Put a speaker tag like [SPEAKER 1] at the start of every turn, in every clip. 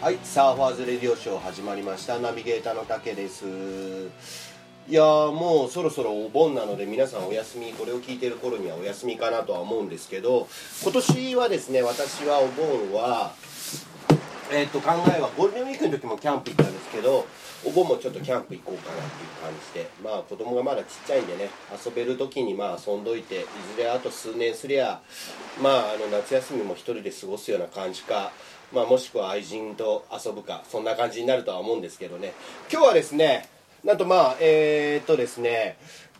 [SPEAKER 1] はい、サーファーズレディオショー始まりましたナビゲーターの竹ですいやーもうそろそろお盆なので皆さんお休みこれを聞いてる頃にはお休みかなとは思うんですけど今年はですね私はお盆はえーっと考えはゴールデンウィークの時もキャンプ行ったんですけどお盆もちょっとキャンプ行こうかなっていう感じでまあ子供がまだちっちゃいんでね遊べる時にまあ遊んどいていずれあと数年すりゃまああの夏休みも一人で過ごすような感じかまあもしくは愛人と遊ぶかそんな感じになるとは思うんですけどね今日はですねなんとまあえー、っとですね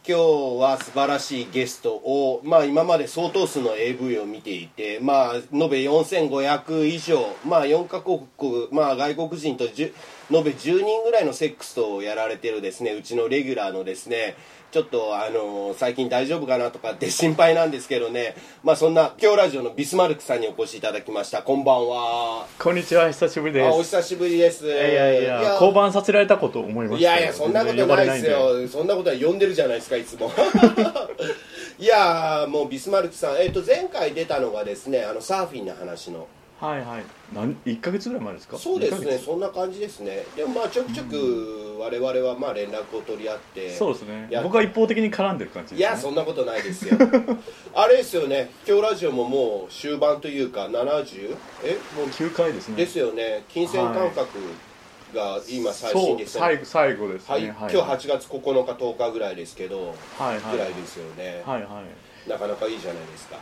[SPEAKER 1] 今日は素晴らしいゲストを、まあ、今まで相当数の AV を見ていて、まあ、延べ4500以上、まあ、4カ国、まあ、外国人と10延べ10人ぐらいのセックスとやられてるですねうちのレギュラーのですねちょっと、あの最近大丈夫かなとかって心配なんですけどね、まあ、そんな今日ラジオのビスマルクさんにお越しいただきましたこんばんは
[SPEAKER 2] こんにちは、久しぶり
[SPEAKER 1] あお
[SPEAKER 2] です。
[SPEAKER 1] 久しぶりですい
[SPEAKER 2] いやいやいや、交番させられたこと思いましたよ。
[SPEAKER 1] いやいやそんなことないです
[SPEAKER 2] 呼ばれ
[SPEAKER 1] よそんなことは呼んでるじゃないですかいつも いやーもうビスマルクさん、えっと前回出たのがですねあのサーフィンの話の
[SPEAKER 2] ないんで。はいはい。なん一ヶ月ぐらい前ですか。
[SPEAKER 1] そうです
[SPEAKER 2] 一ヶ
[SPEAKER 1] ね
[SPEAKER 2] 月
[SPEAKER 1] そんな感じですねでもまあちょくちょく我々はまあ連絡を取り合って
[SPEAKER 2] そうですね
[SPEAKER 1] や。
[SPEAKER 2] 僕は一方的に絡んでる感じ
[SPEAKER 1] い
[SPEAKER 2] です、ね。
[SPEAKER 1] やそんなことないです よあれですよね今日ラジオももう終盤というか70えもう
[SPEAKER 2] 九回ですね。
[SPEAKER 1] ですよね金銭感覚が今最
[SPEAKER 2] そ
[SPEAKER 1] 新
[SPEAKER 2] う
[SPEAKER 1] ですね
[SPEAKER 2] 最後最後ですね。
[SPEAKER 1] はい、今日
[SPEAKER 2] はい
[SPEAKER 1] 8月9日10日ぐらいですけど、
[SPEAKER 2] はいはい
[SPEAKER 1] ぐらいですよね、
[SPEAKER 2] はいはい
[SPEAKER 1] なかなかいいじゃないですか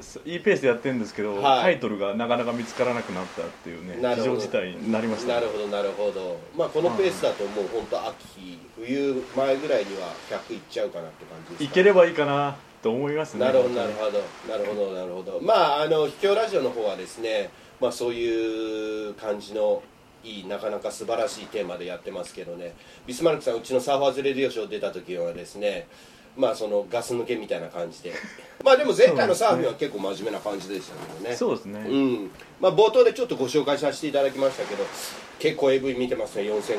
[SPEAKER 2] すいいペースでやってるんですけど、
[SPEAKER 1] はい
[SPEAKER 2] タイトルがなかなか見つからなくなったっていうね
[SPEAKER 1] なる
[SPEAKER 2] 非
[SPEAKER 1] ほど
[SPEAKER 2] 常事態になりました、
[SPEAKER 1] なるほどなるほどまあこのペースだともう本当秋冬前ぐらいには100いっちゃうかなって感じですか
[SPEAKER 2] いければいいかなと思いますね
[SPEAKER 1] なるほどなるほどなるほどなるほどまああの秘境ラジオの方はですねまあそういう感じのいいなかなか素晴らしいテーマでやってますけどねビスマルクさんうちのサーファーズレディオショー出た時はですねまあそのガス抜けみたいな感じで まあでも前回のサーフィンは結構真面目な感じでしたけどね
[SPEAKER 2] そうですね、
[SPEAKER 1] うんまあ、冒頭でちょっとご紹介させていただきましたけど結構 AV 見てますね4500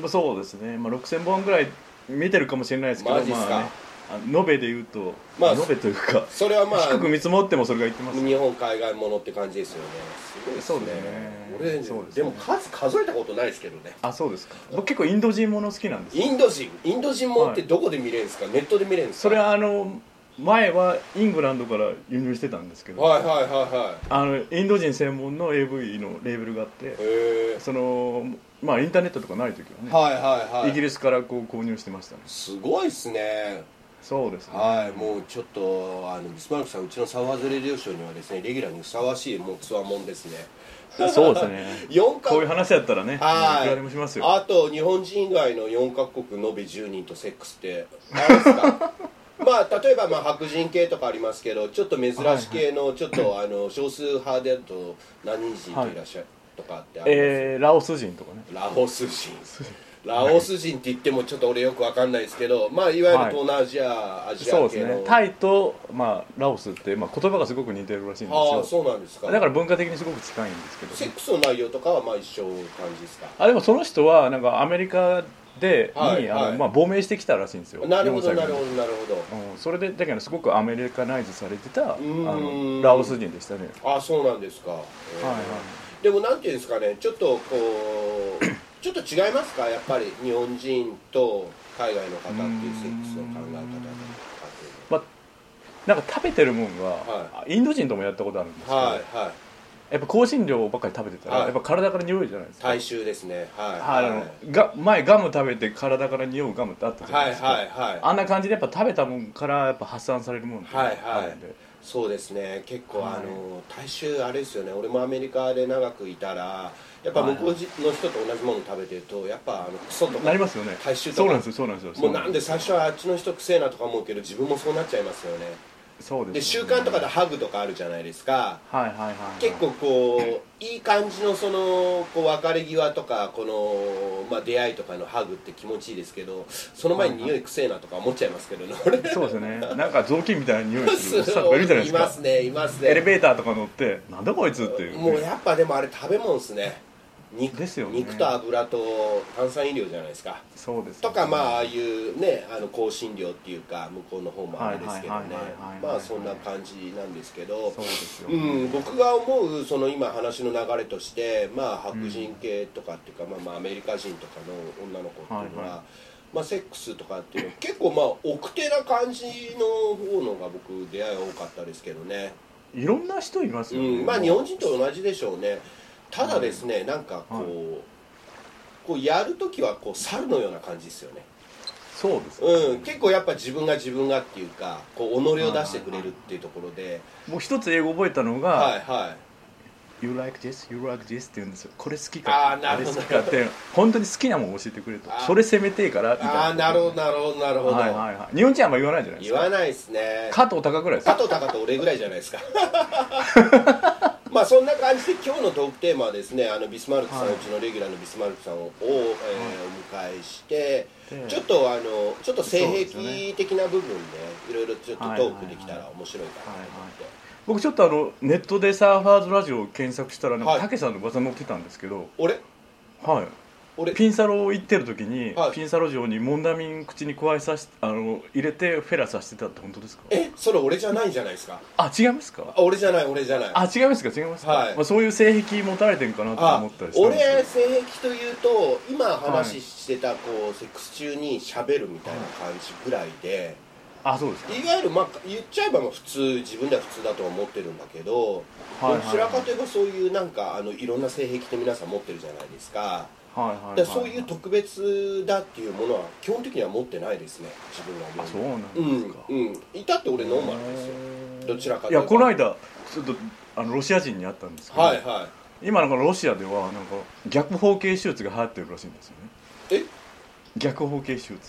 [SPEAKER 2] まあ、そうですね、まあ、6000本ぐらい見てるかもしれないですけど
[SPEAKER 1] マジっすか
[SPEAKER 2] まあねあ延べで言うと、
[SPEAKER 1] まあ
[SPEAKER 2] 延べというか
[SPEAKER 1] 本それはまあ
[SPEAKER 2] 低く見積もってもそれが言ってます
[SPEAKER 1] 日本海外ものって感じですよねすごいです
[SPEAKER 2] そう
[SPEAKER 1] ね
[SPEAKER 2] ですね
[SPEAKER 1] 俺で
[SPEAKER 2] そうです
[SPEAKER 1] で
[SPEAKER 2] ね
[SPEAKER 1] も数数えたことないですけどね
[SPEAKER 2] あそうですか僕結構インド人もの好きなんですよ
[SPEAKER 1] インド人インド人もんって
[SPEAKER 2] はい
[SPEAKER 1] どこで見れるんですか、ネットで見れるんですか
[SPEAKER 2] それはあの前はイングランドから輸入してたんですけど、
[SPEAKER 1] はいはいはいはい
[SPEAKER 2] あのインド人専門の AV のレーベルがあって
[SPEAKER 1] へえ
[SPEAKER 2] そのまあインターネットとかない時はね、
[SPEAKER 1] はいはいはい
[SPEAKER 2] イギリスからこう購入してましたね
[SPEAKER 1] すごいですね
[SPEAKER 2] そうですね
[SPEAKER 1] はいもうちょっとあのビスマルクさんうちのサワーズレディオショーにはですねレギュラーにふさわしいもうつわもんですね
[SPEAKER 2] そうで すね
[SPEAKER 1] 4
[SPEAKER 2] こうい
[SPEAKER 1] 回
[SPEAKER 2] う話だったらね、
[SPEAKER 1] はい
[SPEAKER 2] いくらでもしますよ
[SPEAKER 1] あと日本人以外の4カ国延べ10人とセックスってあれです かまあ例えばまあ白人系とかありますけどちょっと珍し系のちょっとあ の少数派であると何人といらっしゃるとかってあります、
[SPEAKER 2] えー、ラオス人とかね
[SPEAKER 1] ラオス人ラオス人って言ってもちょっと俺よくわかんないですけどまあいわゆる東南アジア、アジア系
[SPEAKER 2] そ
[SPEAKER 1] の
[SPEAKER 2] うですねタイと、まあ、ラオスって、まあ、言葉がすごく似てるらしいん
[SPEAKER 1] ああ
[SPEAKER 2] ですよ
[SPEAKER 1] そうなんですか
[SPEAKER 2] だから文化的にすごく近いんですけど
[SPEAKER 1] セックスの内容とかはまあ一緒感じですか
[SPEAKER 2] あでもその人はなんかアメリカでに、
[SPEAKER 1] はい
[SPEAKER 2] あの
[SPEAKER 1] はい
[SPEAKER 2] まあ、亡命してきたらしいんですよ
[SPEAKER 1] なるほど
[SPEAKER 2] 4歳ぐ
[SPEAKER 1] なる
[SPEAKER 2] らい
[SPEAKER 1] ほどなるほど
[SPEAKER 2] うん、それでだけどすごくアメリカナイズされてたあ
[SPEAKER 1] ーん
[SPEAKER 2] のラオス人でしたね
[SPEAKER 1] ああそうなんですか、えー
[SPEAKER 2] はいはい
[SPEAKER 1] でもなんていうんですかねちょっとこう ちょっと違いますかやっぱり日本人と海外の方っていうセックスの考え方とか
[SPEAKER 2] まあなんか食べてるもんが、インド人ともやったことあるんですけど、
[SPEAKER 1] はいはい
[SPEAKER 2] やっぱ香辛料ばっかり食べてたら、
[SPEAKER 1] はい
[SPEAKER 2] やっぱ体から匂いじゃないですか、
[SPEAKER 1] 大衆ですねはい
[SPEAKER 2] はいあのが前ガム食べて体から匂うガムってあったじゃな
[SPEAKER 1] はいい
[SPEAKER 2] ですか、
[SPEAKER 1] はいはい
[SPEAKER 2] あんな感じでやっぱ食べたもんからやっぱ発散されるもんって
[SPEAKER 1] はい
[SPEAKER 2] あ
[SPEAKER 1] は
[SPEAKER 2] る
[SPEAKER 1] い
[SPEAKER 2] んで、
[SPEAKER 1] そうですね結構、
[SPEAKER 2] はい
[SPEAKER 1] あの大衆あれですよね俺もアメリカで長くいたらやっぱ向こうじの人と同じもの食べてるとやっぱあのクソと
[SPEAKER 2] な
[SPEAKER 1] か
[SPEAKER 2] りますよね
[SPEAKER 1] 大衆とか
[SPEAKER 2] そうなんですよそうなんですよ
[SPEAKER 1] もうなんです最初はあっちの人くせえなとか思うけど自分もそうなっちゃいますよね
[SPEAKER 2] そうです
[SPEAKER 1] で習慣とかで
[SPEAKER 2] はい
[SPEAKER 1] ハグとかあるじゃないですか
[SPEAKER 2] はいはいはい
[SPEAKER 1] 結構こういい感じのそのこう別れ際とかこの、まあ、出会いとかのハグって気持ちいいですけどその前に匂いくせえなとか思っちゃいますけどね俺
[SPEAKER 2] そうですよねなんか雑巾みたいな匂いす るおっさんとかいるじゃないですか
[SPEAKER 1] ますねいます
[SPEAKER 2] エレ
[SPEAKER 1] ね
[SPEAKER 2] ベーターとか乗ってなんだこいつっていう
[SPEAKER 1] もうやっぱでもあれ食べ物ですね肉
[SPEAKER 2] ですよね
[SPEAKER 1] 肉と油と炭酸飲料じゃないですか
[SPEAKER 2] そうですね
[SPEAKER 1] とかまあああいうねあの香辛料っていうか向こうの方もあれですけどね
[SPEAKER 2] はいはいはいはいはいはい
[SPEAKER 1] まあそんな感じなんですけど
[SPEAKER 2] そうですよ
[SPEAKER 1] う
[SPEAKER 2] ね、
[SPEAKER 1] ん、僕が思うその今話の流れとして、まあ、白人系とかっていうか、まあ、まあアメリカ人とかの女の子っていうのは、
[SPEAKER 2] はいは
[SPEAKER 1] まあ、セックスとかっていうの結構まあ奥手な感じの方のが僕出会い多かったですけどね、
[SPEAKER 2] いろんな人います
[SPEAKER 1] う
[SPEAKER 2] よね、
[SPEAKER 1] ん、まあ日本人と同じでしょうねただですね、なんかこう、
[SPEAKER 2] はい
[SPEAKER 1] こうやるときはこう猿のような感じですよね
[SPEAKER 2] そうです、
[SPEAKER 1] うん、結構やっぱ自分が自分がっていうかこう己を出してくれるっていうところで
[SPEAKER 2] もう一つ英語覚えたのが、
[SPEAKER 1] はいはい
[SPEAKER 2] You like this, you like this って言うんですよこれ好き
[SPEAKER 1] あ
[SPEAKER 2] か
[SPEAKER 1] ーなるほど
[SPEAKER 2] れ好きかって本当に好きなもん教えてくれと
[SPEAKER 1] あー
[SPEAKER 2] それ攻めてえからみたいな
[SPEAKER 1] ああなるほどなるほどなるほど、
[SPEAKER 2] はいはいはい日本人はあんま言わないじゃないです
[SPEAKER 1] 言
[SPEAKER 2] か
[SPEAKER 1] わないですね
[SPEAKER 2] 加藤隆ぐらいです
[SPEAKER 1] 加
[SPEAKER 2] よ
[SPEAKER 1] 藤隆と俺ぐらいじゃないですか まあそんな感じで今日のトークテーマはですねあのビスマルクさん、
[SPEAKER 2] はいう
[SPEAKER 1] ちのレギュラーのビスマルクさんを、えーお迎えして
[SPEAKER 2] で
[SPEAKER 1] ちょっとあのちょっと性
[SPEAKER 2] そうです
[SPEAKER 1] 癖的な部分でいろいろちょっとト
[SPEAKER 2] はいはいはい
[SPEAKER 1] ークできたら面白いかなと思って、
[SPEAKER 2] 僕ちょっとあのネットでサーファーズラジオを検索したらなん
[SPEAKER 1] は
[SPEAKER 2] か
[SPEAKER 1] い
[SPEAKER 2] たけさんの噂載ってたんですけどはい
[SPEAKER 1] 俺俺
[SPEAKER 2] ピンサロ行ってる時に、
[SPEAKER 1] はい
[SPEAKER 2] ピンサロ城にモンダミン口に加えさしあの入れてフェラさせてたって本当ですか
[SPEAKER 1] えそれ俺じゃないんじゃないですか
[SPEAKER 2] あ違いますか
[SPEAKER 1] あ俺じゃない俺じゃない
[SPEAKER 2] あ違いますか違いますか、
[SPEAKER 1] はい
[SPEAKER 2] まあ、そういう性癖持たれてんかなと
[SPEAKER 1] あ
[SPEAKER 2] 思ったりしたん
[SPEAKER 1] 俺
[SPEAKER 2] ですけど
[SPEAKER 1] 性癖というと今話してたこうセックス中に喋るみたいな感じぐらいで
[SPEAKER 2] あそうですか
[SPEAKER 1] いわゆるまあ言っちゃえばまあ普通自分では普通だとは思ってるんだけど
[SPEAKER 2] はいはい
[SPEAKER 1] どちらかといえばそういうなんかあのいろんな性癖って皆さん持ってるじゃないですか
[SPEAKER 2] はいはいは
[SPEAKER 1] だ
[SPEAKER 2] い
[SPEAKER 1] からそういう特別だっていうものは基本的には持ってないですね自分が
[SPEAKER 2] あそう
[SPEAKER 1] 思
[SPEAKER 2] なんですか、
[SPEAKER 1] うんうんいたって俺ノーマルですよどちらかと
[SPEAKER 2] い
[SPEAKER 1] いえば
[SPEAKER 2] やこの間ちょっとあのロシア人に会ったんですけど、
[SPEAKER 1] はいは
[SPEAKER 2] 今なんかロシアではなんか逆方形手術が流行ってるらしいんですよね
[SPEAKER 1] いえ
[SPEAKER 2] 逆方形手術って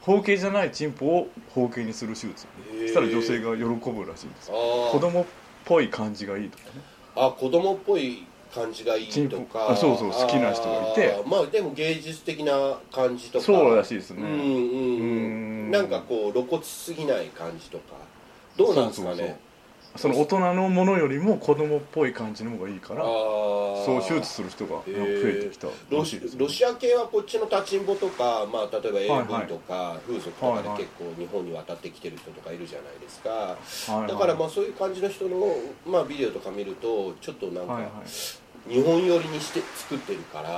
[SPEAKER 2] 方形じゃないチンポを方形にする手術
[SPEAKER 1] へー
[SPEAKER 2] そしたら女性が喜ぶらしいんですよ
[SPEAKER 1] あ
[SPEAKER 2] 子
[SPEAKER 1] ー
[SPEAKER 2] 供っぽい感じがいいとかね
[SPEAKER 1] あ子供っぽい感じがいいとか
[SPEAKER 2] あそうそう好きな人がいて
[SPEAKER 1] あーまあでも芸術的な感じとか
[SPEAKER 2] そうらしいです
[SPEAKER 1] うん
[SPEAKER 2] ね、
[SPEAKER 1] うんう
[SPEAKER 2] うんん
[SPEAKER 1] なんかこう露骨すぎない感じとかどうなんですかね
[SPEAKER 2] そうそうその大人のものよりも子供っぽい感じの方がいいから
[SPEAKER 1] ああ
[SPEAKER 2] そう手術する人がなんか増えてきた
[SPEAKER 1] ロ
[SPEAKER 2] らしい
[SPEAKER 1] シ
[SPEAKER 2] ですね
[SPEAKER 1] ロシア系はこっちの立ちんぼとか、まあ、例えば
[SPEAKER 2] は
[SPEAKER 1] 英
[SPEAKER 2] いはい
[SPEAKER 1] 文とか風俗とかで
[SPEAKER 2] はいはい
[SPEAKER 1] 結構日本に渡ってきてる人とかいるじゃないですか、
[SPEAKER 2] はいはい
[SPEAKER 1] だからまあそういう感じの人の、まあ、ビデオとか見るとちょっとなんか
[SPEAKER 2] はいはい
[SPEAKER 1] 日本寄りにして作ってるから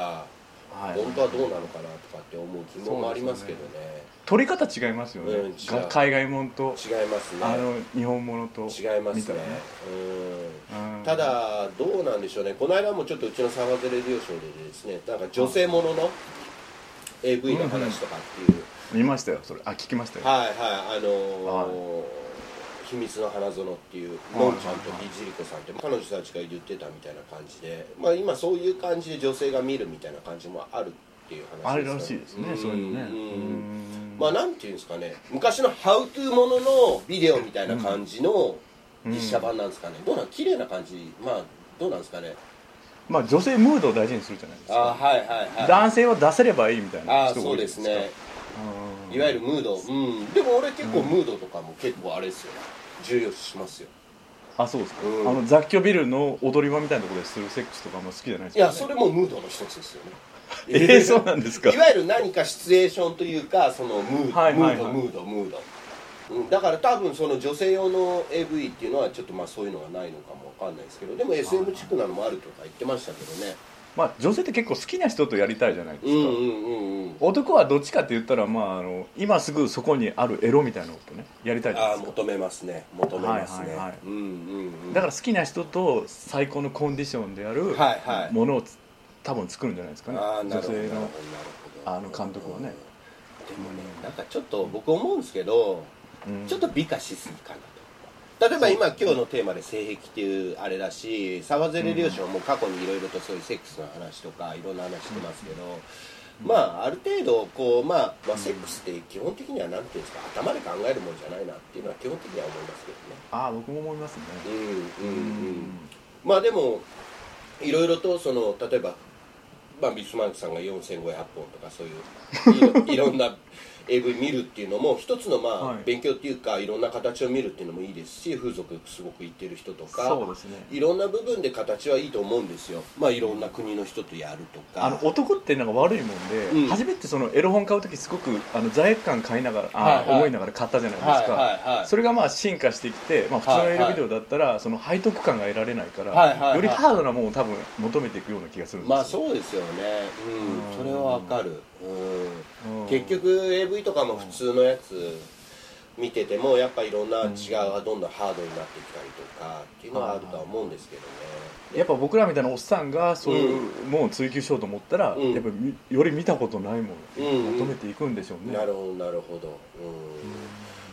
[SPEAKER 2] はい
[SPEAKER 1] 本当はどうなのかなとかって思う疑問もありますけどね
[SPEAKER 2] 取り方違いますよね、
[SPEAKER 1] うん違う
[SPEAKER 2] が海外もんと
[SPEAKER 1] 違います
[SPEAKER 2] あ
[SPEAKER 1] ね
[SPEAKER 2] の日本ものと
[SPEAKER 1] 違いま
[SPEAKER 2] み
[SPEAKER 1] す
[SPEAKER 2] た
[SPEAKER 1] ね
[SPEAKER 2] いな
[SPEAKER 1] うん
[SPEAKER 2] うん
[SPEAKER 1] ただどうなんでしょうねこの間もちょっとうちのサバゼレディオショーでですねなんか女性ものの AV の話とかっていう、
[SPEAKER 2] 見ましたよそれあ聞きましたよ
[SPEAKER 1] はいはいあのー秘密の花園」っていう
[SPEAKER 2] はい
[SPEAKER 1] のんちゃんとひじりこさんって彼女たちが言ってたみたいな感じで、まあ、今そういう感じで女性が見るみたいな感じもあるっていう話
[SPEAKER 2] あれらしいですね
[SPEAKER 1] ん
[SPEAKER 2] そういうのね
[SPEAKER 1] ん
[SPEAKER 2] うん
[SPEAKER 1] まあなんていうんですかね昔の「ハウトゥーもののビデオみたいな感じの実写版なんですかね、どうなん綺麗な感じまあどうなんですかね
[SPEAKER 2] まあ女性ムードを大事にするじゃないです
[SPEAKER 1] あ
[SPEAKER 2] か
[SPEAKER 1] はいはいはい
[SPEAKER 2] 男性は出せればいいみたい
[SPEAKER 1] あ
[SPEAKER 2] な
[SPEAKER 1] あ
[SPEAKER 2] 人が
[SPEAKER 1] そ
[SPEAKER 2] 多
[SPEAKER 1] う
[SPEAKER 2] いじゃない
[SPEAKER 1] ですね
[SPEAKER 2] うん
[SPEAKER 1] いわゆるムードうんでも俺結構ムードとかも結構あれですよ重要視しますよ
[SPEAKER 2] あそうですか、
[SPEAKER 1] うん
[SPEAKER 2] あの雑居ビルの踊り場みたいなところでするセックスとかあんま好きじゃないです
[SPEAKER 1] い
[SPEAKER 2] か、
[SPEAKER 1] やそれもムードの一つですよね
[SPEAKER 2] えー、そうなんですか
[SPEAKER 1] いわゆる何かシチュエーションというかそのムード、
[SPEAKER 2] はいはいはい
[SPEAKER 1] ムードムードムードうんだから多分その女性用の AV っていうのはちょっとまあそういうのがないのかもわかんないですけどでも SM 地区なのもあるとか言ってましたけどね
[SPEAKER 2] まあ女性って結構好きな人とやりたいじゃないです
[SPEAKER 1] う
[SPEAKER 2] か、
[SPEAKER 1] んうんうんうん
[SPEAKER 2] 男はどっちかって言ったら、まあ、あの今すぐそこにあるエロみたいなことねやりたいじゃな
[SPEAKER 1] あ
[SPEAKER 2] い
[SPEAKER 1] あ
[SPEAKER 2] ですか
[SPEAKER 1] 求めますね求めますね、
[SPEAKER 2] はいはいはい
[SPEAKER 1] うんうんうん
[SPEAKER 2] だから好きな人と最高のコンディションである
[SPEAKER 1] はいはい
[SPEAKER 2] ものをつ多分作るんじゃないですかね、
[SPEAKER 1] あーなるほ
[SPEAKER 2] 女
[SPEAKER 1] ど
[SPEAKER 2] 性
[SPEAKER 1] なる
[SPEAKER 2] の
[SPEAKER 1] ほど
[SPEAKER 2] あの監督は
[SPEAKER 1] でも
[SPEAKER 2] ね
[SPEAKER 1] ねなんかちょっと僕思うんですけど、
[SPEAKER 2] うん
[SPEAKER 1] ちょっと美化しすぎかなと例えば今今日のテーマで性癖っていうあれだしサバゼレリョーションも過去にいろいろとそういうセックスの話とかいろんな話してますけど、まあある程度こう、まあ、まあセックスって基本的にはなんていうんですか頭で考えるもんじゃないなっていうのは基本的には思いますけどね
[SPEAKER 2] ああ僕も思いますね
[SPEAKER 1] うん
[SPEAKER 2] う
[SPEAKER 1] うんうん
[SPEAKER 2] ん
[SPEAKER 1] まあでもいろいろとその例えば、まあ、ビスマルクさんが4500本とかそういういろ いろんな AV 見るっていうのも一つのまあ、
[SPEAKER 2] はい
[SPEAKER 1] 勉強っていうかいろんな形を見るっていうのもいいですし風俗すごく行ってる人とか
[SPEAKER 2] そうですね
[SPEAKER 1] いろんな部分で形はいいと思うんですよまあいろんな国の人とやるとか
[SPEAKER 2] あの男ってなんか悪いもんで、
[SPEAKER 1] うん
[SPEAKER 2] 初めてそのエロ本買う時すごくあの罪悪感買いながら、あ
[SPEAKER 1] はいはい
[SPEAKER 2] 思いながら買ったじゃないですか、
[SPEAKER 1] はいはいはい
[SPEAKER 2] それがまあ進化してきて、まあ、普通のエロビデオだったら、その背徳感が得られないから、
[SPEAKER 1] はいはいはい
[SPEAKER 2] よりハードなものを多分求めていくような気がするんですよ
[SPEAKER 1] まあそうですよねうん
[SPEAKER 2] うん
[SPEAKER 1] それはわかるうん
[SPEAKER 2] うん
[SPEAKER 1] 結局 AV とかも普通のやつ見ててもやっぱいろんな違うがどんどんハードになってきたりとかっていうのはあるとは思うんですけどね
[SPEAKER 2] やっぱ僕らみたいなおっさんがそういうものを追求しようと思ったら、
[SPEAKER 1] うん
[SPEAKER 2] やっぱみより見たことないもの
[SPEAKER 1] うん
[SPEAKER 2] を
[SPEAKER 1] うん
[SPEAKER 2] 求めていくんでしょうね、
[SPEAKER 1] なるほどなるほど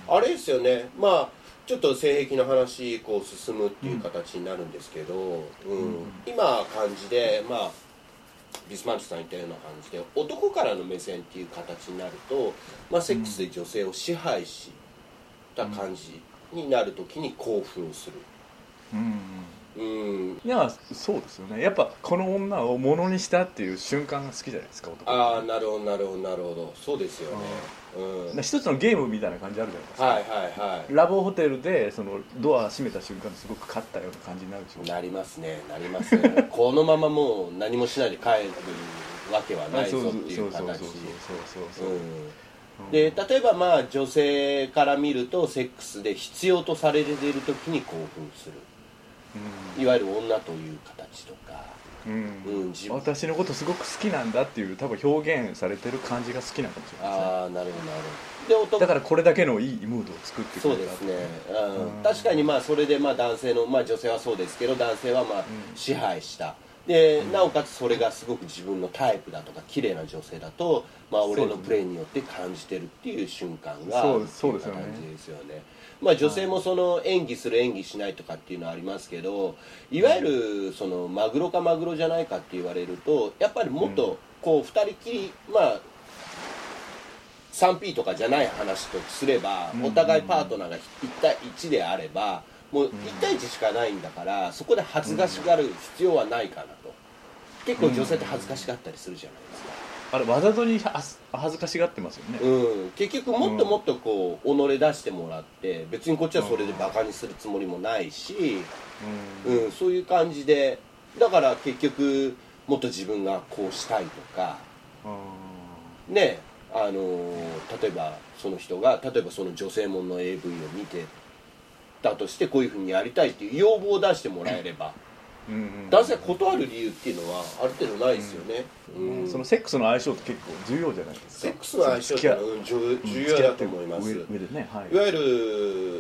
[SPEAKER 1] うんあれですよねまあちょっと性癖の話こう進むっていう形になるんですけど、うん今感じでまあビスマルクさん言ったような感じで男からの目線っていう形になると、まあ、セックスで女性を支配した感じになるときに興奮する、
[SPEAKER 2] うんうん
[SPEAKER 1] うん、
[SPEAKER 2] いやそうですよねやっぱこの女をものにしたっていう瞬間が好きじゃないですか男
[SPEAKER 1] ああなるほどなるほどなるほどそうですよねうんはい
[SPEAKER 2] 一つのゲームみたいな感じあるじゃないですか、
[SPEAKER 1] はいはい
[SPEAKER 2] ラブホテルでそのドア閉めた瞬間にすごく勝ったような感じになるでしょうね
[SPEAKER 1] なりますねなりますねこのままもう何もしないで帰るわけはないぞっていう
[SPEAKER 2] そうそ
[SPEAKER 1] 形
[SPEAKER 2] うそうそうそうそ
[SPEAKER 1] う
[SPEAKER 2] うそうん
[SPEAKER 1] で例えばまあ女性から見るとセックスで必要とされている時に興奮するいわゆる女という形とか
[SPEAKER 2] うんうん
[SPEAKER 1] うん自分
[SPEAKER 2] 私のことすごく好きなんだっていう多分表現されてる感じが好きなのかもしれないですね
[SPEAKER 1] ああなるほどなるほどで男
[SPEAKER 2] だからこれだけのいいムードを作ってく
[SPEAKER 1] そ
[SPEAKER 2] れ
[SPEAKER 1] う
[SPEAKER 2] た
[SPEAKER 1] ですね、
[SPEAKER 2] う
[SPEAKER 1] うん
[SPEAKER 2] ん、
[SPEAKER 1] 確かにまあそれでまあ男性の、まあ、女性はそうですけど男性はまあ
[SPEAKER 2] ん
[SPEAKER 1] 支配した、でなおかつそれがすごく自分のタイプだとか綺麗な女性だと、まあ、俺のプレーによって感じてるっていう瞬間が
[SPEAKER 2] そうですそうですよね
[SPEAKER 1] っていう感じですよねまあ女性もその演技する演技しないとかっていうのはありますけどいわゆるそのマグロかマグロじゃないかって言われるとやっぱりもっとこう二人きりまあ 3P とかじゃない話とすれば
[SPEAKER 2] うん
[SPEAKER 1] お互いパートナーが1対1であればもう1対1しかないんだからそこで恥ずかしがる必要はないかなと結構女性って恥ずかしがったりするじゃないですか
[SPEAKER 2] あれわざとには恥ずかしがってますよね、
[SPEAKER 1] うん結局もっともっとこう己出してもらって別にこっちはそれでバカにするつもりもないし
[SPEAKER 2] うん
[SPEAKER 1] うんそういう感じでだから結局もっと自分がこうしたいとかねあのー例えばその人が例えばその女性ものの AV を見てだとしてこういうふうにやりたいっていう要望を出してもらえれば
[SPEAKER 2] うんうん
[SPEAKER 1] 男性が断る理由っていうのはある程度ないですよね、うん
[SPEAKER 2] そのセックスの相性って結構重要じゃないですか
[SPEAKER 1] セックスの相性っていうのはうん重重要だと思います、
[SPEAKER 2] 付き合ってる上上でねはい
[SPEAKER 1] いわゆ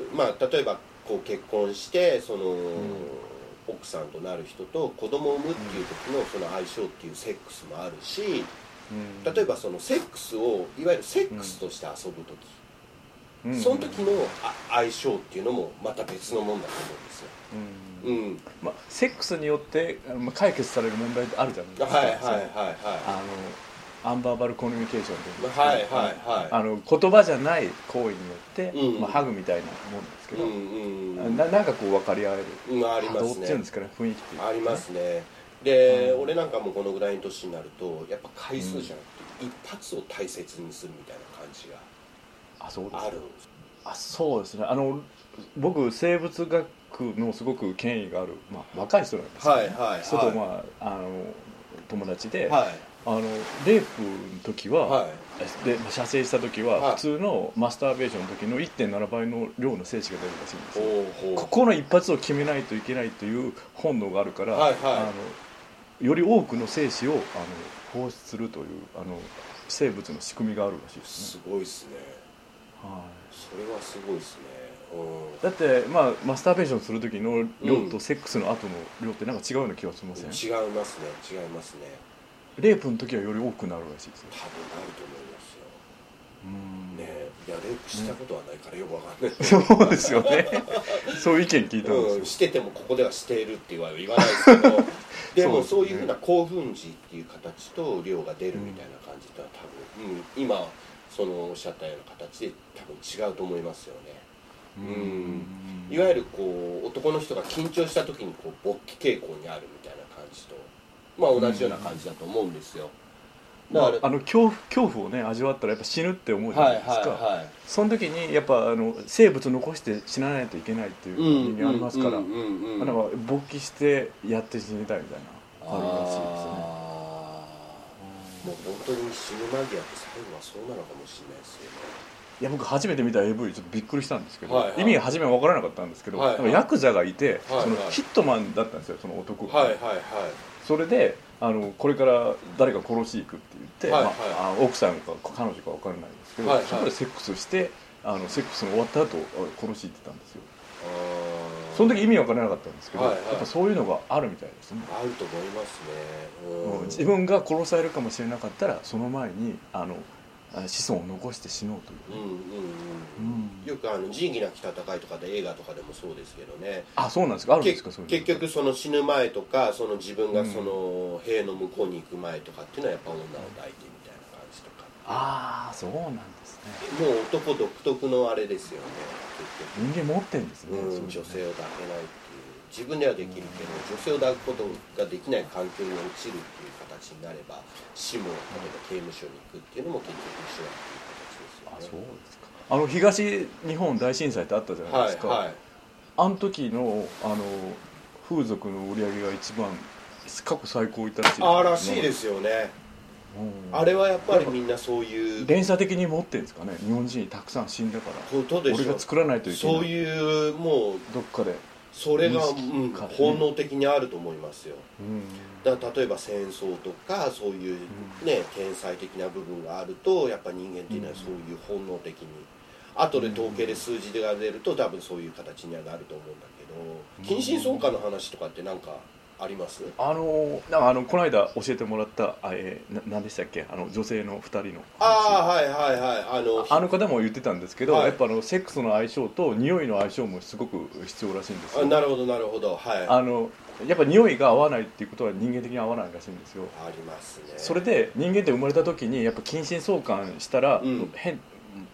[SPEAKER 1] る、まあ、例えばこう結婚してその、奥さんとなる人と子供を産むっていう時のその相性っていうセックスもあるし
[SPEAKER 2] うん
[SPEAKER 1] 例えばそのセックスをいわゆるセックスとして遊ぶ時、
[SPEAKER 2] うん
[SPEAKER 1] その時のあ相性っていうのもまた別のもんだと思うんですよ、
[SPEAKER 2] うん
[SPEAKER 1] うん、
[SPEAKER 2] まあ、セックスによってあのまあ解決される問題ってあるじゃないですか、
[SPEAKER 1] はいはいはい
[SPEAKER 2] その
[SPEAKER 1] は
[SPEAKER 2] あのアンバーバルコミュニケーションって
[SPEAKER 1] い
[SPEAKER 2] 言うんですけど
[SPEAKER 1] はいはいは
[SPEAKER 2] あの言葉じゃない行為によって、
[SPEAKER 1] うん
[SPEAKER 2] まあ、ハグみたいなもんですけ
[SPEAKER 1] い
[SPEAKER 2] ど、
[SPEAKER 1] うんうん
[SPEAKER 2] ななんかこう分かり合える
[SPEAKER 1] うんあります
[SPEAKER 2] どっていうん
[SPEAKER 1] ね
[SPEAKER 2] ですかね雰囲気っていうか
[SPEAKER 1] ありますねで、俺なんかもこのぐらいの年になるとやっぱ回数じゃなくて、一発を大切にするみたいな感じ
[SPEAKER 2] あそうです
[SPEAKER 1] がある
[SPEAKER 2] あそうですねあの僕生物学のすごく権威がある、まあ、若い人なんですけど、
[SPEAKER 1] はいはいはい
[SPEAKER 2] 人と、まあ、あの友達で、
[SPEAKER 1] は
[SPEAKER 2] あのレイプの時
[SPEAKER 1] い
[SPEAKER 2] は、
[SPEAKER 1] は
[SPEAKER 2] で射精した時
[SPEAKER 1] はい
[SPEAKER 2] は普通のマスターベーションの時の1.7倍の量の精子が出るらしいんで
[SPEAKER 1] い
[SPEAKER 2] すよ
[SPEAKER 1] ほう
[SPEAKER 2] こ
[SPEAKER 1] ほ
[SPEAKER 2] この一発を決めないといけないという本能があるから、
[SPEAKER 1] はいはい
[SPEAKER 2] あのより多くの精子をあの放出するというあの生物の仕組みがあるらしいで
[SPEAKER 1] う
[SPEAKER 2] すね、
[SPEAKER 1] すごいっすね
[SPEAKER 2] は
[SPEAKER 1] それはすごいっすねうん
[SPEAKER 2] い、だって、まあ、マスターベーションする時の量
[SPEAKER 1] うん
[SPEAKER 2] とセックスの後の量ってなんか違うような気がしません、
[SPEAKER 1] 違いますね違いますね
[SPEAKER 2] レイプの時はより多くなるらしいですよ
[SPEAKER 1] 多分なると思いますよ
[SPEAKER 2] うん
[SPEAKER 1] ねえいやレイプしたことはないからよくわかんない、
[SPEAKER 2] そうですよね そういう意見聞いたんですよ、
[SPEAKER 1] うん、しててもここではしているっては言わないです けどでもそ
[SPEAKER 2] そううですね
[SPEAKER 1] いうふうな興奮時っていう形と量が出るみたいな感じとは多分、うん、今そのおっしゃったような形で多分違うと思いますよねうんいわゆるこう男の人が緊張した時にこう勃起傾向にあるみたいな感じとまあ同じような感じだと思うんですよ、だから
[SPEAKER 2] あの恐怖恐怖をね味わったらやっぱ死ぬって思うじゃないですか、
[SPEAKER 1] はい
[SPEAKER 2] その時にやっぱあの生物残して死なないといけないっていう
[SPEAKER 1] うん
[SPEAKER 2] 人間ありますから、
[SPEAKER 1] うんうんうんうん
[SPEAKER 2] なんか勃起してやって死にたいみたいなあるらしいですね
[SPEAKER 1] あーもう本当に死ぬ間際って最後はそうなのかもしれないですよね
[SPEAKER 2] いや僕初めて見た AV ちょっとびっくりしたんですけど、
[SPEAKER 1] はいはい
[SPEAKER 2] 意味が初めは分からなかったんですけど、
[SPEAKER 1] はいはい
[SPEAKER 2] なんかヤクザがいて、
[SPEAKER 1] はいはい
[SPEAKER 2] そのヒットマンだったんですよその男が、
[SPEAKER 1] はいはいはい
[SPEAKER 2] それであのこれから誰か殺しに行くって言って、
[SPEAKER 1] はいはい
[SPEAKER 2] まあ、あの奥さんか彼女か分からないですけど、
[SPEAKER 1] はいはい
[SPEAKER 2] そこでセックスしてあのセックスの終わった後あ殺しに行ってたんですよ
[SPEAKER 1] あー
[SPEAKER 2] その時意味分からなかったんですけど、
[SPEAKER 1] はいはい
[SPEAKER 2] やっぱそういうのがあるみたいですね、
[SPEAKER 1] あると思いますね
[SPEAKER 2] う
[SPEAKER 1] うん
[SPEAKER 2] ん自分が殺されるかもしれなかったらその前にあのあ子孫を残して死のうという
[SPEAKER 1] うんうんうん
[SPEAKER 2] うん
[SPEAKER 1] よくあの仁義なき戦いとかで映画とかでもそうですけどね
[SPEAKER 2] あそうなんですかあるんで
[SPEAKER 1] け
[SPEAKER 2] すかそういうの
[SPEAKER 1] 結局その死ぬ前とかその自分がその塀の向こうに行く前とかっていうのはやっぱ女を抱いてみたいな感じとか
[SPEAKER 2] ああそうなんですね
[SPEAKER 1] もう男独特のあれですよね
[SPEAKER 2] 人間持ってんです
[SPEAKER 1] 結
[SPEAKER 2] ね、
[SPEAKER 1] 局、、
[SPEAKER 2] そううんいうの
[SPEAKER 1] 女
[SPEAKER 2] ね
[SPEAKER 1] 性を抱けないっていう自分ではできるけど女性を抱くことができない環境に落ちるっていう形になれば死も例えば刑務所に行くっていうのも結局一緒だっ
[SPEAKER 2] あ
[SPEAKER 1] ていう形です
[SPEAKER 2] そ
[SPEAKER 1] よ
[SPEAKER 2] う
[SPEAKER 1] ね
[SPEAKER 2] ですかあの東日本大震災ってあったじゃない
[SPEAKER 1] は
[SPEAKER 2] で
[SPEAKER 1] い
[SPEAKER 2] すか、
[SPEAKER 1] はい
[SPEAKER 2] あの時のあの風俗の売り上げが一番過去最高いったらしい、
[SPEAKER 1] あーらしいですすよね
[SPEAKER 2] うん
[SPEAKER 1] あれはやっぱりみんなそういう
[SPEAKER 2] 連鎖的に持ってるんですかね日本人たくさん死んだから
[SPEAKER 1] ことで
[SPEAKER 2] 俺
[SPEAKER 1] しょ
[SPEAKER 2] が作らないといけない
[SPEAKER 1] そういうもう
[SPEAKER 2] どっかで、
[SPEAKER 1] それが、う
[SPEAKER 2] 認識
[SPEAKER 1] ん、
[SPEAKER 2] からね
[SPEAKER 1] 本能的にあると思いますよ
[SPEAKER 2] うん
[SPEAKER 1] だから例えば戦争とかそういうね、天才的な部分があるとやっぱ人間っていうのはそういう本能的に後で統計で数字が出ると多分そういう形にはなると思うんだけど近親相関の話とかってなんかあります
[SPEAKER 2] あのなんかあのこの間教えてもらったあえーななんでしたっけあの女性の2人の話
[SPEAKER 1] ああはいはいはいあの
[SPEAKER 2] あの方も言ってたんですけど、
[SPEAKER 1] はい
[SPEAKER 2] やっぱあのセックスの相性と匂いの相性もすごく必要らしいんですよ
[SPEAKER 1] あなるほどなるほどはいあ
[SPEAKER 2] あのやっぱ匂いが合わないっていうことは人間的に合わないらしいんですよ
[SPEAKER 1] りますね
[SPEAKER 2] それで人間って生まれた時にやっぱ近親相関したら、
[SPEAKER 1] うん
[SPEAKER 2] 変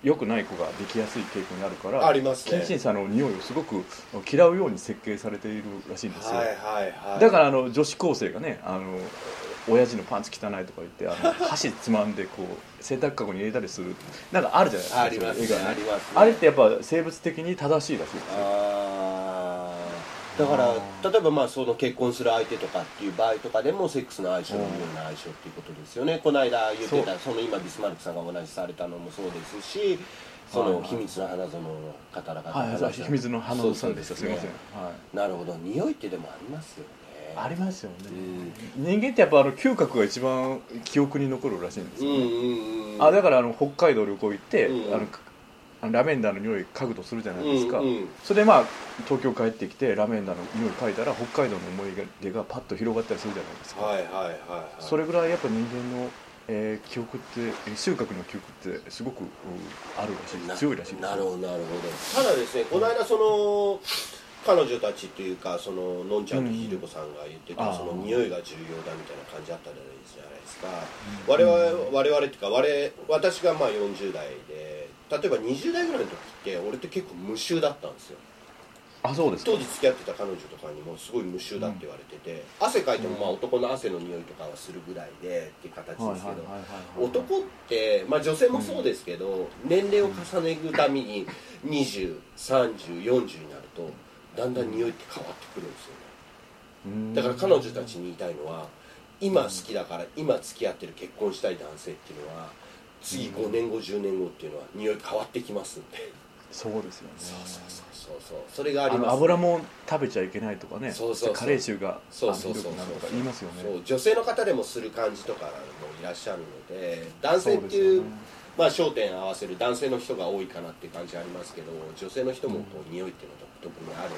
[SPEAKER 2] 良くない子ができやすい傾向になるか
[SPEAKER 1] あ
[SPEAKER 2] ら
[SPEAKER 1] りますね
[SPEAKER 2] 近親者の匂いをすごく嫌うように設計されているらしいんですよ、
[SPEAKER 1] はいはいはい
[SPEAKER 2] だからあの女子高生がねあの親父のパンツ汚いとか言ってあ の箸つまんでこう洗濯かごに入れたりするなんかあるじゃないですか
[SPEAKER 1] ありますね
[SPEAKER 2] そういう絵が
[SPEAKER 1] ありますね
[SPEAKER 2] あれってやっぱ生物的に正しいらしいですよ
[SPEAKER 1] あーだから例えばまあその結婚する相手とかっていう場合とかでもセックスの相性のような相性っていうことですよね、この間言ってたその今ビスマルクさんがお話しされたのもそうですしそ
[SPEAKER 2] はい
[SPEAKER 1] の
[SPEAKER 2] はい
[SPEAKER 1] 秘密の花園の方々
[SPEAKER 2] はい、はい、秘密の花
[SPEAKER 1] そ
[SPEAKER 2] の
[SPEAKER 1] う
[SPEAKER 2] さ
[SPEAKER 1] そうん
[SPEAKER 2] でしたすみません、
[SPEAKER 1] ね
[SPEAKER 2] はい
[SPEAKER 1] なるほど匂いってでもありますよね
[SPEAKER 2] ありますよね、
[SPEAKER 1] う
[SPEAKER 2] 人間ってやっぱあの嗅覚が一番記憶に残るらしいんです
[SPEAKER 1] うん
[SPEAKER 2] よ、
[SPEAKER 1] う
[SPEAKER 2] ね
[SPEAKER 1] んうん
[SPEAKER 2] あだからあの北海道旅行行って、
[SPEAKER 1] うん
[SPEAKER 2] あのかあのラベンダーの匂い嗅ぐとするじゃないですか、
[SPEAKER 1] うんうん
[SPEAKER 2] それでまあ東京帰ってきてラベンダーの匂い嗅いだら北海道の思い出がパッと広がったりするじゃないですか、
[SPEAKER 1] はいはいはいはい
[SPEAKER 2] それぐらいやっぱ人間の、えー記憶ってえー収穫の記憶ってすごくうんあるらしいです強いらしいです
[SPEAKER 1] なるほどなるほどただですねこの間その彼女たちというかそののんちゃんとひでこさんが言ってた、
[SPEAKER 2] うん
[SPEAKER 1] その
[SPEAKER 2] あー
[SPEAKER 1] 匂いが重要だみたいな感じあったじゃないですか我々我々っていうか我々私がまあ40代で例えば20代ぐらいの時って俺って結構無臭だったんですよ
[SPEAKER 2] あそうですか
[SPEAKER 1] 当時付き合ってた彼女とかにもすごい無臭だって言われてて、汗かいてもまあ男の汗の匂いとかはするぐらいでっていう形ですけど、
[SPEAKER 2] はいはいはいはいはい
[SPEAKER 1] 男って、まあ、女性もそうですけど、年齢を重ねるために203040になるとだんだん匂いって変わってくるんですよね
[SPEAKER 2] うん
[SPEAKER 1] だから彼女たちに言いたいのは今好きだから今付き合ってる結婚したい男性っていうのは次5年後10年後っていうのは匂い変わってきますんで、
[SPEAKER 2] そうですよね
[SPEAKER 1] そうそうそうそうそうそれがあ
[SPEAKER 2] あ
[SPEAKER 1] ります、
[SPEAKER 2] の油も食べちゃいけないとかね
[SPEAKER 1] そうそうそう
[SPEAKER 2] カレー臭が
[SPEAKER 1] そうそう
[SPEAKER 2] あのひ
[SPEAKER 1] そ
[SPEAKER 2] ど
[SPEAKER 1] う
[SPEAKER 2] くなると
[SPEAKER 1] そ
[SPEAKER 2] か
[SPEAKER 1] う
[SPEAKER 2] 言いますよね
[SPEAKER 1] そう女性の方でもする感じとかもいらっしゃるので男性って
[SPEAKER 2] そう
[SPEAKER 1] い
[SPEAKER 2] で
[SPEAKER 1] う
[SPEAKER 2] すよね
[SPEAKER 1] まあ、焦点合わせる男性の人が多いかなっていう感じありますけど女性の人もこう匂いっていうのは独特にあるので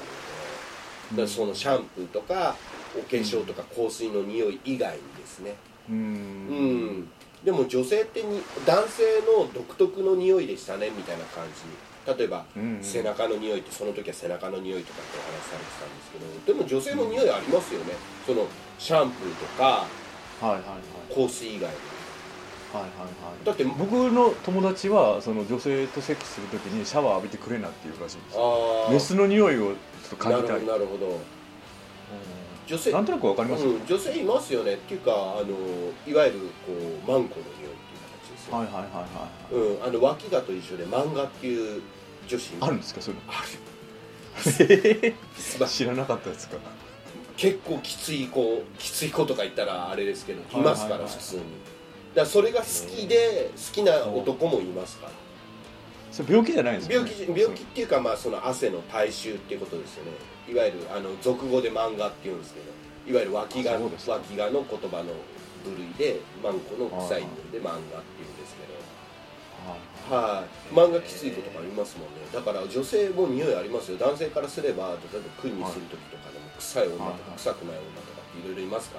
[SPEAKER 1] だからそのシャンプーとかお化粧とか香水の匂い以外にですね
[SPEAKER 2] う
[SPEAKER 1] うんんでも女性ってに男性の独特の匂いでしたねみたいな感じ例えば、
[SPEAKER 2] うんうん
[SPEAKER 1] 背中の匂いってその時は背中の匂いとかってお話しされてたんですけどでも女性の匂いありますよねそのシャンプーとか
[SPEAKER 2] はいはいはい
[SPEAKER 1] 香水以外に
[SPEAKER 2] はいはいはい
[SPEAKER 1] だって
[SPEAKER 2] 僕の友達はその女性とセックスするときにシャワー浴びてくれなっていうらしいんですよ
[SPEAKER 1] ああ
[SPEAKER 2] メスの匂いをちょっと
[SPEAKER 1] な
[SPEAKER 2] 嗅ぎ
[SPEAKER 1] るほ
[SPEAKER 2] た
[SPEAKER 1] ど
[SPEAKER 2] い
[SPEAKER 1] なるほど女性
[SPEAKER 2] なんとなくわかりますよ、
[SPEAKER 1] うん、女性いますよねっていうかあのいわゆるこうマンコの匂いっていう形ですよ、
[SPEAKER 2] はいはいはいはい、
[SPEAKER 1] うん、あの脇がと一緒で漫画っていう女子
[SPEAKER 2] あるんですかそういう
[SPEAKER 1] あ
[SPEAKER 2] の
[SPEAKER 1] る
[SPEAKER 2] 知らなかったですか
[SPEAKER 1] 結構きつい子きつい子とか言ったらあれですけどい
[SPEAKER 2] い
[SPEAKER 1] ますか
[SPEAKER 2] はい
[SPEAKER 1] ら
[SPEAKER 2] はい
[SPEAKER 1] 普通にだからそれが好きで好きな男もいますから
[SPEAKER 2] それ病気じゃないんですよ
[SPEAKER 1] 病
[SPEAKER 2] ね
[SPEAKER 1] 気病気っていうかまあその汗の体臭っていうことですよねいわゆるあの俗語で漫画っていうんですけどいわゆる脇が
[SPEAKER 2] あそ
[SPEAKER 1] の
[SPEAKER 2] うですか
[SPEAKER 1] 脇がの言葉の部類でマンコの臭い部類で漫画っていうんですけど
[SPEAKER 2] はい
[SPEAKER 1] はい、漫画きついことがありますもんねだから女性も匂いありますよ男性からすれば例えば訓にする時とかでも臭い女と
[SPEAKER 2] はい
[SPEAKER 1] か臭くない女とかっていろいろいますか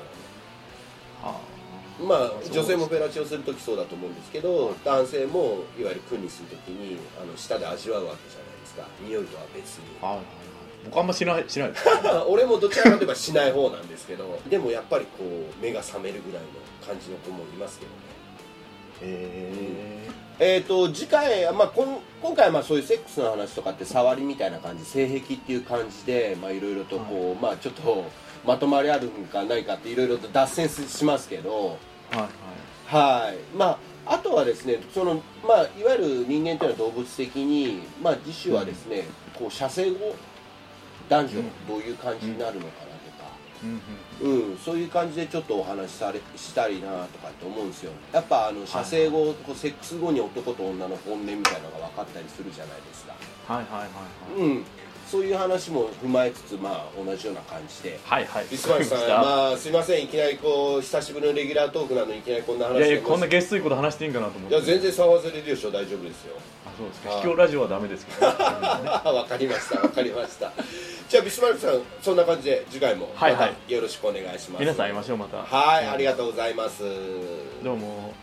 [SPEAKER 1] らね
[SPEAKER 2] は
[SPEAKER 1] まあ
[SPEAKER 2] そうです
[SPEAKER 1] 女性もフェラチオする時そうだと思うんですけ
[SPEAKER 2] は
[SPEAKER 1] ど
[SPEAKER 2] い
[SPEAKER 1] 男性もいわゆる訓にする時にあの舌で味わうわけじゃないですか匂いとは別に
[SPEAKER 2] あはいはいはい僕あんましないしないです
[SPEAKER 1] 俺もどちらかといえばしない方なんですけどでもやっぱりこう目が覚めるぐらいの感じの子もいますけどね
[SPEAKER 2] え
[SPEAKER 1] えー、と次回、まあ、こん今回はまあそういうセックスの話とかって触りみたいな感じ性癖っていう感じでまあいろいろとこう、まあ、ちょっとまとまりあるんかないかっていろいろと脱線しますけど
[SPEAKER 2] ー、はいはい
[SPEAKER 1] はいまああとはですねその、まあ、いわゆる人間というのは動物的に、まあ、次週はですね、こう射精後男女どういう感じになるのかなとか。
[SPEAKER 2] うんうん
[SPEAKER 1] うん、そういう感じでちょっとお話しされしたりなとかって思うんですよやっぱあの射精後、こうセックス後に男と女の本音みたいなのが分かったりするじゃないですか
[SPEAKER 2] はいはいはい
[SPEAKER 1] うんそういう話も踏まえつつまあ同じような感じで
[SPEAKER 2] はいはいはい
[SPEAKER 1] ビスマルクさんまあすいませんいきなりこう久しぶりのレギュラートークなのにいきなりこんな話
[SPEAKER 2] いやいや
[SPEAKER 1] してま
[SPEAKER 2] こ
[SPEAKER 1] す
[SPEAKER 2] んなゲストいこと話していいんかなと思っ
[SPEAKER 1] い
[SPEAKER 2] て
[SPEAKER 1] や全然騒がせれるでしょ大丈夫ですよ
[SPEAKER 2] あそうです
[SPEAKER 1] は
[SPEAKER 2] か
[SPEAKER 1] い
[SPEAKER 2] 秘境ラジオはダメですけ どねは
[SPEAKER 1] あ わかりましたわかりましたじゃあビスマルクさんそんな感じで次回も
[SPEAKER 2] はいはい
[SPEAKER 1] またよろしくお願いします
[SPEAKER 2] 皆さん会いましょうまた
[SPEAKER 1] はいありがとうございます
[SPEAKER 2] どうも。